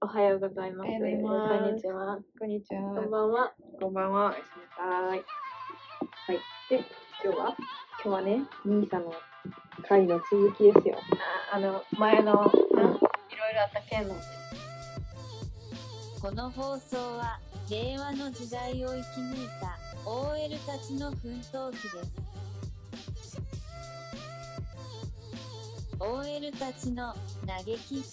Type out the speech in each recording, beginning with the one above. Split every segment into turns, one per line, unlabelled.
はようございます。
おはようございます
こんにちは。
こんにち
こん
は。
ばんは。
こんばんは
お。やすみなさい。はい。で、今日は
今日はね、兄さんの会の続きですよ。
ああの、前の、い
ん
ろいろあった件の。
この放送は令和の時代を生き抜いた OL たちの奮闘記です OL たちの嘆き室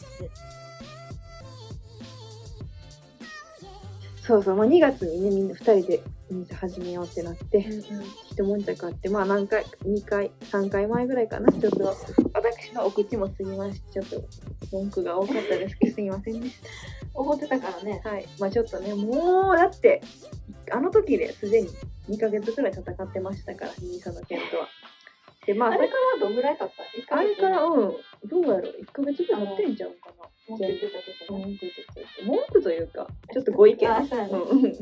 そうそう、まあ、2月にね、みんな2人でお店始めようってなって、一悶着あって、まあ何回、2回、3回前ぐらいかな、ちょっと、私のお口も過ぎまして、ちょっと文句が多かったで すけど、すみませんでし
怒ってたからね。
た。はい。まあちょっとね、もう、だって、あの時ですでに2ヶ月ぐらい戦ってましたから、兄さんの件とは。で、まあ、
あ
さ
れからどんぐらい経った一ヶ
あ
月
れから、うん、どうやろう、1ヶ月ぐらい経ってんじゃんかな。
文句言ってたけどね。
文句文句というか、ちょっとご意見。
あそうやね
うんうん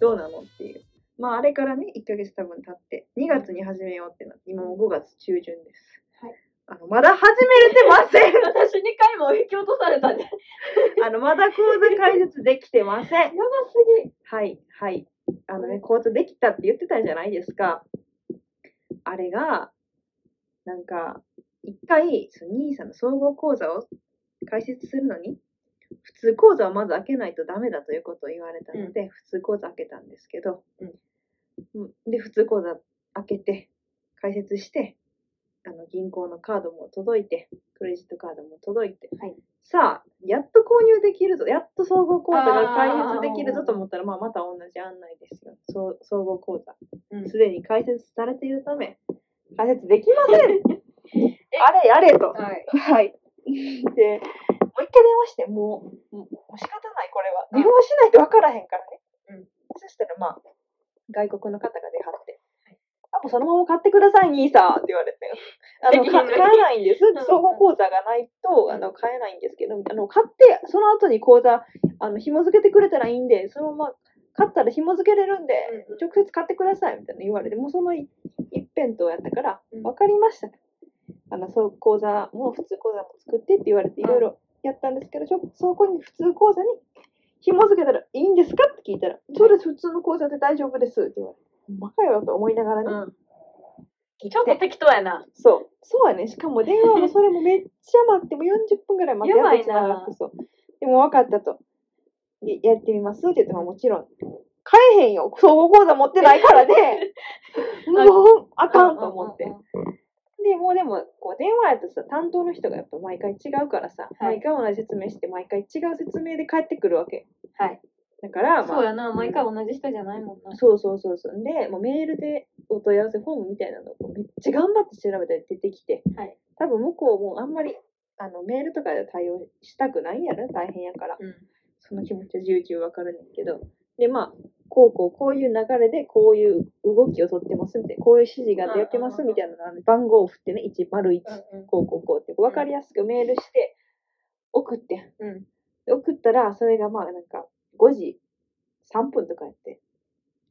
どうなのっていう。まあ、あれからね、1ヶ月多分経って、2月に始めようってなって、今もう5月中旬です。
はい
あの、まだ始めれてま せん
私2回も引き落とされたね。
あの、まだ講座解説できてません
やばすぎ。
はい、はい。あのね、講座できたって言ってたじゃないですか。あれが、なんか、一回、その兄さんの総合講座を解説するのに、普通講座をまず開けないとダメだということを言われたので、普通講座開けたんですけど、
うん
うんで、普通講座開けて、解説して、あの、銀行のカードも届いて、クレジットカードも届いて、
はい
さあ、やっと購入できるぞ、やっと総合講座が解説できる
あ
ぞ
ー
と思ったら、まあ、また同じ案内ですよ。そう総合講座。
うん
すでに解説されているため、解説できません あれやれと。
はい。
はい。で、もう一回電話して、もう、もう仕方ない、これは。電話しないと分からへんからね。
うん
そしたら、まあ、外国の方が出張って、あ、もうそのまま買ってください、兄さんって言わ れて。あの、
できへん
か
のに
買えないんです
ん。
総合講座がないと、あの、買えないんですけど、あの、買って、その後に講座、あの、紐付けてくれたらいいんで、そのまま、買ったら紐付けれるんで、直接買ってくださいみたいな言われて、もうその一辺倒やったから
う、ん
わかりました。あの、そう、講座も普通講座も作ってって言われて、いろいろやったんですけど、ちょそこに普通講座に紐付けたらいいんですかって聞いたら、そうです、普通の講座で大丈夫ですって言われて、バカよと思いながらね、
うん。ちょっと適当やな。
そう、そうやね、しかも電話もそれもめっちゃ待って、もう40分ぐらい待って、
やばいな
っと繋がってそう。でも分かったと。でやってみますって言っても、もちろん、買えへんよ、総合講座持ってないから ね。もう、あかんと思って
うん。うん
で、もうでも、こう電話やとさ、担当の人がやっぱ毎回違うからさ、
はい
毎回同じ説明して、毎回違う説明で帰ってくるわけ。
はい。
だから、
うん
まあ
そうやな。毎回同じ人じゃないもんな。
そうそうそうそう。で、もうメールでお問い合わせフォームみたいなのをこうめっちゃ頑張って調べたら出てきて、
はい
多分向こうもあんまりあのメールとかで対応したくないんやろ、大変やから。
うん。
その気持ちは重々わかるねんだけど。で、まあ、こうこう、こういう流れで、こういう動きを取ってますみたいな、こういう指示が出てますみたいなのあの番号を振ってね、101、
うん
こうこうこうって、わかりやすくメールして、送ってん。
うん。うん。
で送ったら、それがまあなんか5時3分とかやって、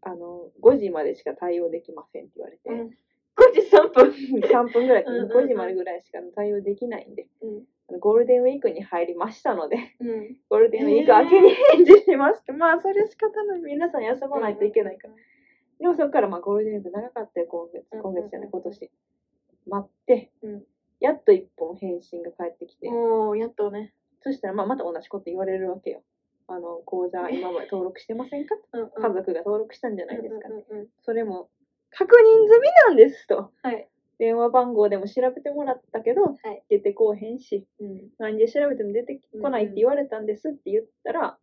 あの、5時までしか対応できませんって言われて、
うん5時3分。
3分ぐらい、
うんうんうん
5時までぐらいしか対応できないんで、
うん。
あのゴールデンウィークに入りましたので、
うん。
ゴールデンウィーク明けに返事しますって、 まあそれは仕方ない。皆さん休まないといけないから。
ら。
でもそこからまあゴールデンウィーク長かったよ、今月。
うんうん
今
うん
月じゃない、今年。待って、
うん
やっと1本返信が返ってきて、
もう、やっとね。
そしたらまあまた同じこと言われるわけよ。あの、講座今まで登録してませんか
うんうん。
家族が登録したんじゃないですか、
うんうんうんうん
それも確認済みなんですと
はい。
電話番号でも調べてもらったけど、
はい
出てこうへんし
うん。
何で調べても出てこないって言われたんですって言ったら、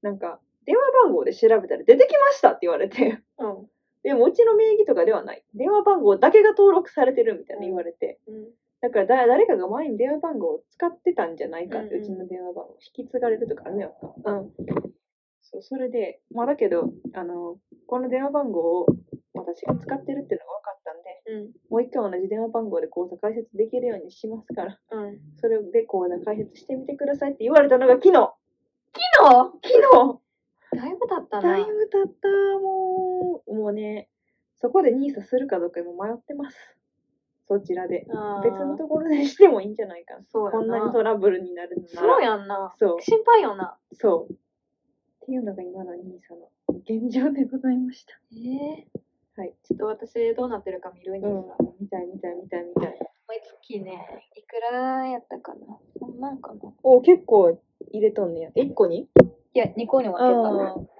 なんか電話番号で調べたら出てきましたって言われて
うん。
でもうちの名義とかではない電話番号だけが登録されてるみたいな言われて、
うん。
だからだ誰かが前に電話番号を使ってたんじゃないかっ
う
て、
ん
う
うん
ちの電話番号引き継がれるとかあるやんか
うん。
そう、それで、まあだけど、あの、この電話番号を私が使ってるっていうのが分かったんで、
うん。
もう一回同じ電話番号で講座解説できるようにしますから、
うん。
それで講座解説してみてくださいって言われたのが昨日
昨日
昨日
だいぶ経ったな。
だいぶ経った、もう。もうね、そこで NISA するかどうか今迷ってます。そちらで。
あー
別のところでしてもいいんじゃないかな。
そうやな。
こんなにトラブルになるのなら。
そうやんな。
そう
心配よな。
そう。っていうのが今の兄さんの現状でございました。
ええ
はい。
ちょっと私どうなってるか見るに
う
さ、
ん
毎。
見たい見たい見たい見たい。
月ね、いくらやったかな ?3 万かな
お、結構入れとんねや。1個に
いや、2個に分けた
あ
な。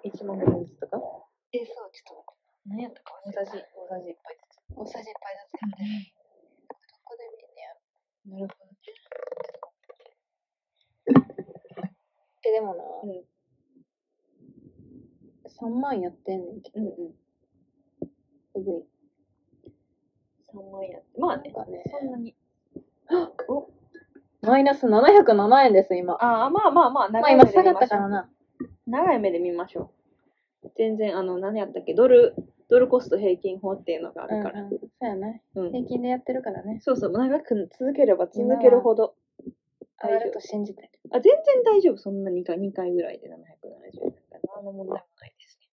1万5千ずつとか
え、そう、ちょっと待って。何やったか忘れた。
大さじ1杯ず
おさじいっぱいずつやってる。どこで見んねや
つ。なるほど。
え、でもな、3
うん
万やってんねんけ
うんうん。
ど、すごい。
3万やって。まあ
な
ね
ん。かね、
そんなに。
マイナス707円です、今。
ああ、まあまあまあ、
ま
長
あ
い
今
目で
下
見
がっ
ま
た
しょ
から
う。
な。
長い目で見ましょう。全然、あの、何やったっけ、ドル、ドルコスト平均法っていうのがあ
うんうん、
るから。
そうやな。
うん
平均でやってるからね。
そうそう、長く続ければ続けるほど。
上がると信じて。
あ、全然大丈夫。そんな2回、2回ぐらいで770円だから、何の問題もないですね。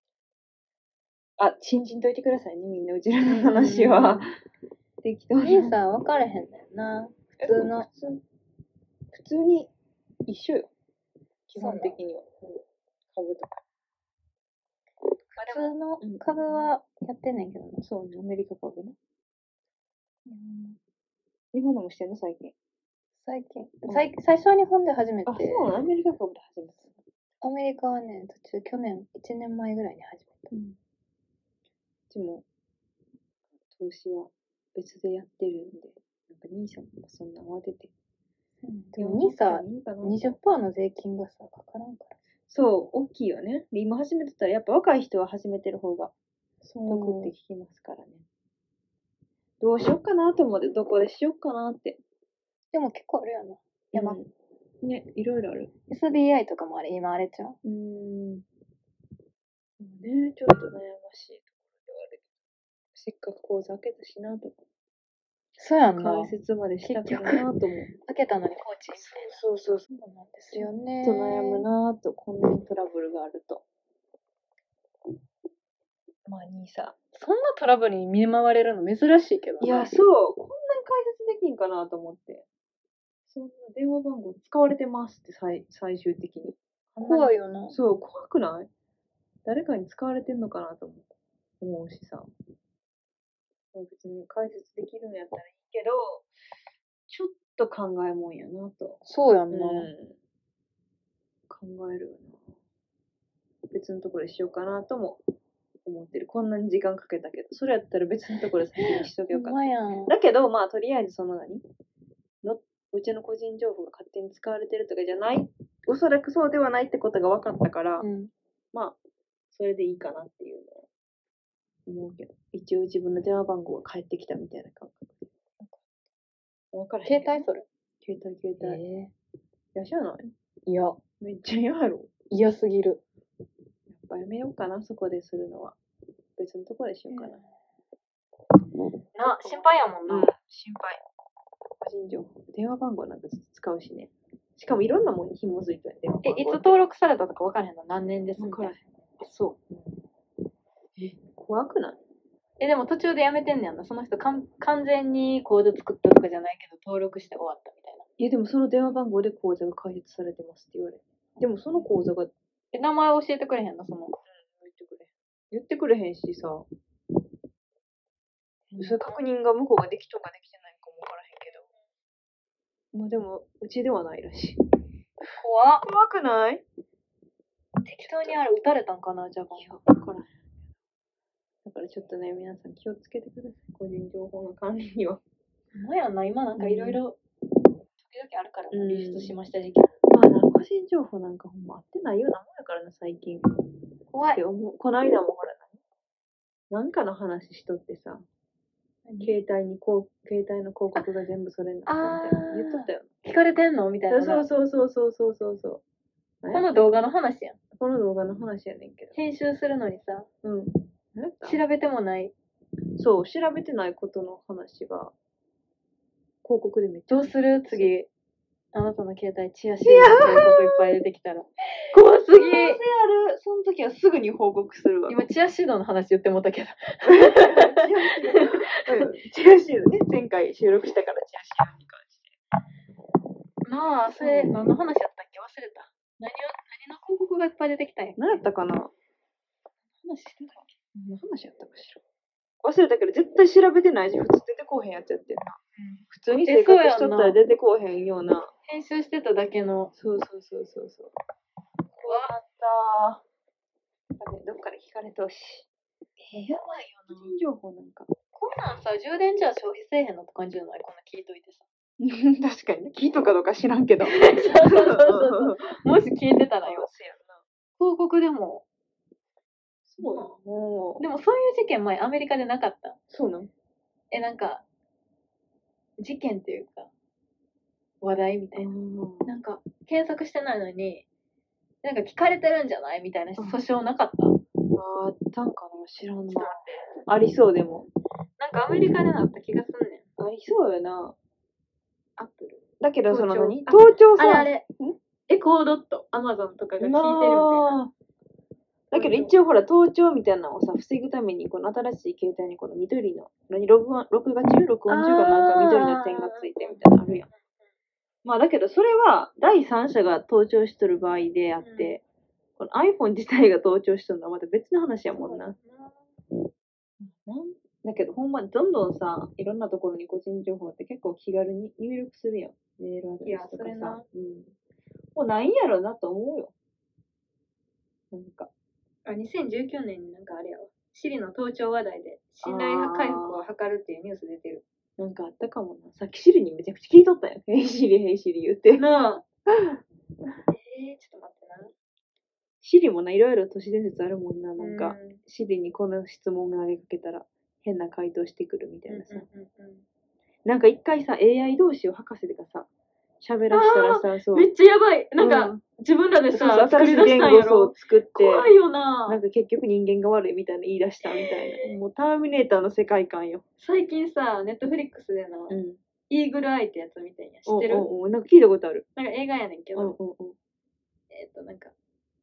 あ、信じんといてくださいね、みんな。うちらの話は。適当に
兄。さん分かれへんねんな。普通の。
普通普通に一緒よ。基本的には。株とか。
普通の
うん
株はやってんねんけどな。
そうね、アメリカ株ね。日本のもしてんの最近。
最近
う。ん
最最初は日本で初めて
あ、。そうなのアメリカ株で始めた。
アメリカはね、途中、去年、1年前ぐらいに始め
うん。でも、投資は別でやってるんで、なんか兄さんもそんな慌てて。
た。でも兄さ、
いいかな
20%の税金がさ、かからんから。
そう、大きいよね。で、今始めてたら、やっぱ若い人は始めてる方が
そ
得って聞きますからね。どうしよっかなと思って、どこでしよっかなって。
でも結構あるよな。山
うんね、いろいろある。
SBI とかもあれ、今あれちゃう。
うーん。ね、ちょっと悩ましいところではあるけど。せっかく講座開けたしなとか。
そうやんな。
解
開
説までしたくないなと思う。
けたのにコーチ。
そうそうそう。
そうなんですよね。
ちょっと悩むなぁと、こんなにトラブルがあると。まあ、兄さ
そんなトラブルに見舞われるの珍しいけど
ん。いや、
そ
そう、こんなに解説できんかなと思って。そんな電話番号使われてますって、最最終的に。
怖いよな。
そう、怖くない誰かに使われてんのかなと思う思うしさ。もう別に解説できるのやったらいいけど、ちょっと考えもんやなと。
そうやん
う
な。
ん、考えるよな。別のところでしようかなとも思ってる。こんなに時間かけたけど、それやったら別のところで先にしとけよか
ほ
っ
んま
た。
やん。
だけど、まあ、とりあえずその何のうちの個人情報が勝手に使われてるとかじゃない、おそらくそうではないってことが分かったから、
うん。
まあ、それでいいかなっていうのは思うけど、一応自分の電話番号が返ってきたみたいな感覚。分からへんけ
携帯そ
ど。
れ。
携帯携帯。
え
いらっしゃらない
えいや、
めっちゃ嫌やろ。
嫌すぎる。
やっぱやめようかな、そこでするのは。別のところでしようかな。
な、心配やもんな。
心配。個人情報。電話番号なんかずっと使うしね。しかもいろんなもんに紐づいてる電話
え
番、号
いつ
って
登録されたとか分からへんの何年です
わ
み
か
たい
らへ。
なん
そう。え、怖くない
え、でも途中でやめてんねやんな。その人かん完全にコード作ったとかじゃないけど、登録して終わったみたいな。
いや、でもその電話番号で口座が開設されてますって言われる。でもその口座が
え、名前教えてくれへんのその。
言ってくれ言ってくれへんしさ、それ確認が向こうができとんかできてないんかもわからへんけど。まあでも、うちではないらしい。
怖っ
怖くない
適当にあれ撃たれたんかなじゃあ。
いや、わからへん。だからちょっとね、皆さん気をつけてください。個人情報の管理には。
ほんまやんな、今なんかいろいろ、時々あるからな、
うん
流出しました事件。
まあな、個人情報なんかほんま合ってないようなもんやからな、最近。
怖
って思う。この間もほら、なんかの話しとってさ、携帯にこう、携帯の広告が全部それになったみたい
あ
な
ー
言っとったよ。
聞かれてんのみたいなな。
そうそうそうそうそうそうそう。
この動画の話やん。
この動画の話やねんけど。
編集するのにさ、
うん。何やった
調べてもない。
そう、調べてないことの話が、広告でめっちゃ。
どうする次。あなたの携帯チアシードって広告いっぱい出てきたら。怖すぎ
可能性あるその時はすぐに報告するわ。
今チアシードの話言ってもったけど。
チアシールね、前回収録したからチアシールに関して。
まあ、それ、何の話やったっけ忘れた。何を、何の広告がいっぱい出てきたんや。
何やったかな
話してたっけ何の話やったかしら。
忘れたけど、絶対調べてないし、普通出てこうへんやつやってんな。普通に生活しとったら出てこうへんような。
編集してただけの。
そうそうそうそうそう。
怖
かったどっかで聞かれてほしい。
やばい
個人情報なんか。
こんなんさ、充電じゃ消費せえへんのって感じじゃないこんな聞いといてさ。
確かにね。聞いとかどうか知らんけど。
そうそうそうそう。もし聞いてたらよ。広告でも。
そうなのもう
でもそういう事件前、アメリカでなかった。
そうなの
え、なんか、事件っていうか、話題みたいな。なんか、検索してないのに、なんか聞かれてるんじゃないみたいな訴訟なかった。ちょっ
あったんかな知らん
と待
な。
って。
ありそうでも。
なんかアメリカでなった気がすんねん。
ありそうよな。アップル。だけどその
盗聴
何盗聴さ。
あれあれ。エコードット、アマゾンとかが聞いてるみたいな。
なあだけど一応ほら盗聴みたいなのをさ防ぐためにこの新しい携帯にこの緑の何録画録画中録音中がなんか緑の点がついてみたいなのあるやん。まあだけどそれは第三者が盗聴しとる場合であって、この iPhone 自体が盗聴しとるのはまた別の話やもんな。だけどほんまどんどんさいろんなところに個人情報って結構気軽に入力するやん。メールアドレスと
いやそ
か
れ
さ
な。
うん、もうないんやろなと思うよ。なんか。
あ2019年になんかあれやわ。シリの盗聴話題で信頼回復を図るっていうニュース出てる。
なんかあったかもな。さっきシリにめちゃくちゃ聞いとった よ。ヘイシリ、ヘイシリ言って。
なあ。えー、ちょっと待ってな。
シリもな、いろいろ都市伝説あるもんな。なんか、
う
シリにこの質問投げかけたら変な回答してくるみたいなさ。
うんうんうん
なんか一回さ、AI 同士を博士がさ、喋らしたらさ、そうう。
んめっちゃやばい。なん
う
か、自分らで
そうそ
さ
う、
作
新し
り
い
出し
言
たんや
語を
ろ。
作って、
怖いよな
なんか結局人間が悪いみたいな言い出したみたいな。もうターミネーターの世界観よ。
最近さ、ネットフリックスでの、
ん。
イーグルアイってやつみたいな。知ってる
おうおうおうなんか聞いたことある。
なんか映画やねんけ
うんうん
ど、えっと、なんか、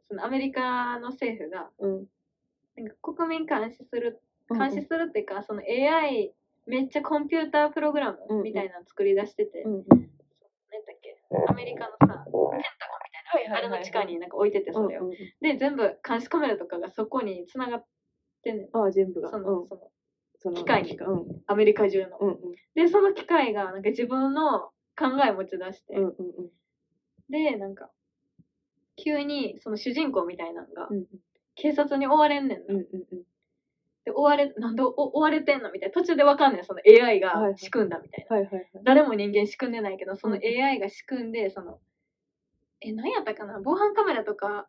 そのアメリカの政府が、
うん。うん
なんか国民監視する、
うん。
監視するっていうか、その AI、めっちゃコンピュータープログラムみたいなの作り出してて、
うんうん。
なんだっけ、アメリカのさ、ペンタゴンみたいな、
は
あ
いはいはい
れの地下になんか置いてて、それを。
うんうん
で、全部監視カメラとかがそこに繋がってんねん。
ああ、全部が。
そうの、
ん
その、
その
機械に
うん。
アメリカ中の。
うんうん
で、その機械が、なんか自分の考え持ち出して、
うんうんうん
で、なんか、急に、その主人公みたいなのが
う、ん
警察に追われんねんな。
うんうん
で、追われ、なんでお追われてんのみたいな。途中でわかんねん、その AI が
はいはい
仕組んだみたいな。
はいはいはい
誰も人間仕組んでないけど、その
うん
AI が仕組んで、その、え、何やったかな防犯カメラとか、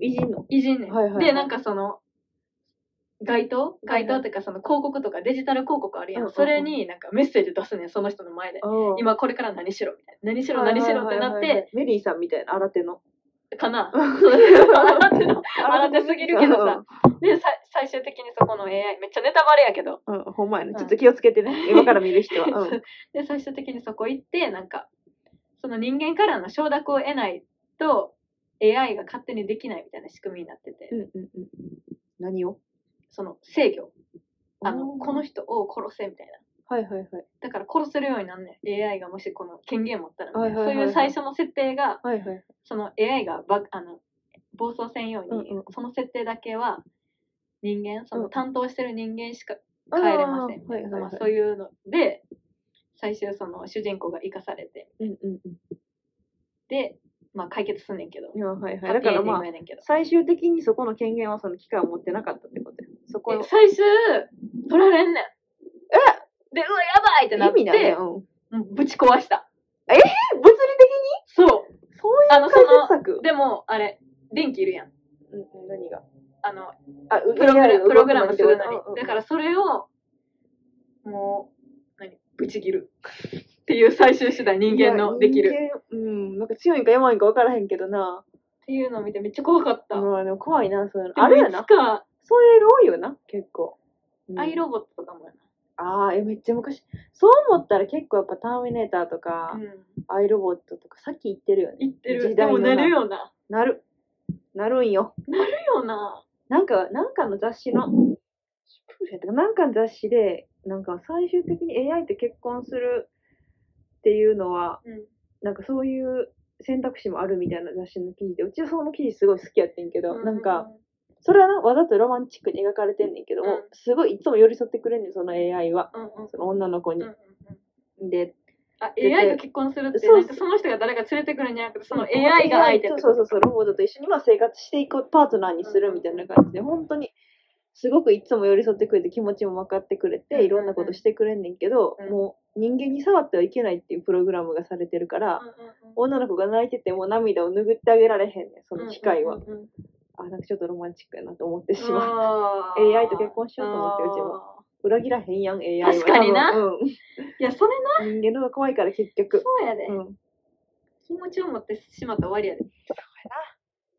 いじんの
いじんねん。
はいはいはい
で、なんかその、街頭街頭っていうかその広告とかデジタル広告あるやん。
うんうんうん
それになんかメッセージ出すねん、その人の前で。今これから何しろみたいな。何しろ
はいはい
何しろってなっ
はいはいはい
て、
メリーさんみたいな新手の
かな。そう新手の新手すぎるけどさ。で、さ最終的にそこの AI、めっちゃネタバレやけど。
うんうんほんまや
うん
なちょっと気をつけて ね今から見る人はうん
で、最終的にそこ行って、なんか、その人間からの承諾を得ないと、AI が勝手にできないみたいな仕組みになってて、
うんうんうんうん何を
その制御。あの、
おー
この人を殺せみたいな。
はいはいはい
だから殺せるようになんねん AI がもしこの権限持ったらみたいな、
はいはいはいはい
そういう最初の設定が
はいはい
その AI がばあの暴走せんように、
うんうん
その設定だけは人間そ
うんう
の
ん
担当してる人間しか帰れませんみたいな、まあ、そう
いう
いうので最終その主人公が生かされて
うんうんうん
で、まあ、解決すんねんけど、
いやはいはい
ハッ
だ
ピー
か
エンデ
ら
ィン
ま
グ
あ
やねんけど、
最終的にそこの権限はその機械を持ってなかったってことやそこ
で最終取られんねんえでうわやばいってな
意
って
味だねうん
うんぶち壊した
え物理的
そう
にそういう
あのそ
解決
の
策
でもあれ電気いるやん
うんうん何が
あの
あ
プログラ
AI
ムプログラムする
動く
の
ま
に。
で
だからそれを、もう、何ぶち切る。っていう最終手段、人間のでき
い
る。っ
や人間うんなんか強いんか弱いんか分からへんけどな
ていうのを見てめっちゃ怖かった。
うんあでも怖いなそういうの
でも
あれや
い
な
つか、
そういう映画多いよな結構、うん
アイロボットとかもやな。
ああ、え、めっちゃ昔。そう思ったら結構やっぱターミネーターとか、アイロボットとか、さっき言ってるよね。
言ってる。
時
で
代
も
の
なるよな。
なる。なるんよ。
なるよな。
なんか、なんかの雑誌の、シュプーレンとかなんかの雑誌で、なんか最終的に AI と結婚するっていうのは、
うん。
なんかそういう選択肢もあるみたいな雑誌の記事で、うちはその記事すごい好きやってんけど、なんか、、それはな、わざとロマンチックに描かれてんねんけど、
うん
すごいいつも寄り添ってくれんねん、その AI は。
うんうん。
その女の子に。で、
あ、
絶対
AI が結婚するって、
そう
なんかその人が誰か連れてくるんじゃなくて、その AI が相手って
と
こ
そうそうそう、ロボットと一緒にまあ生活していこう、パートナーにするみたいな感じで、本当に、すごくいつも寄り添ってくれて、気持ちも分かってく
うん
れ
うんう
て、
ん
いろんなことしてくれんねんけど
うん、
もう人間に触ってはいけないっていうプログラムがされてるから、
と。
女の子が泣いてても涙を拭ってあげられへんねん、その機械は
うん。うんうんうん。
あ、なんかちょっとロマンチックやなと思ってしまう。
あ ー
AI と結婚しようと思ってうちも。
あ
裏切らへんやん、AI は。
確かにな
多分うん
ーいや、それな、
人間の方が怖いから結
そ
局。
うやで
う。ん。
気持ちを持ってしまったら終わりやで。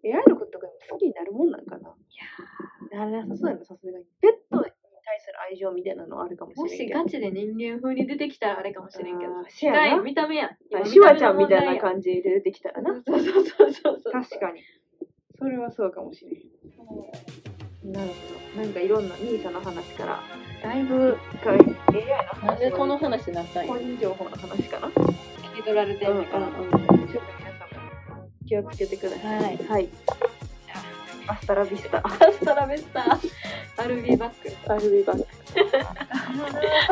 AI のことが好きになるもんなんかな。いやなれなさそうやな、さすがに。ペットに対する愛情みたいなのはあるかも
も
しれ
し
んけど。
ガチで人間風に出てきたらあれかもしれんけど。
あーせ
機
や
械、
な
見た目やん。
はいシュワちゃんみたいな感じで出てきたらな。
じ。そうそうそうそう。
確かに。それはそうかもしれん。なるほど。なんかいろんな兄さんの話から、だいぶか AI の話
なんでこの話になったんや
個。人情報の話かな。
聞き取られてんのかな。
ちょっと皆さんも気をつけてください。
はい。
はい。アスタラビスタ。
アストラベスター、アルビーバック。
アルビバ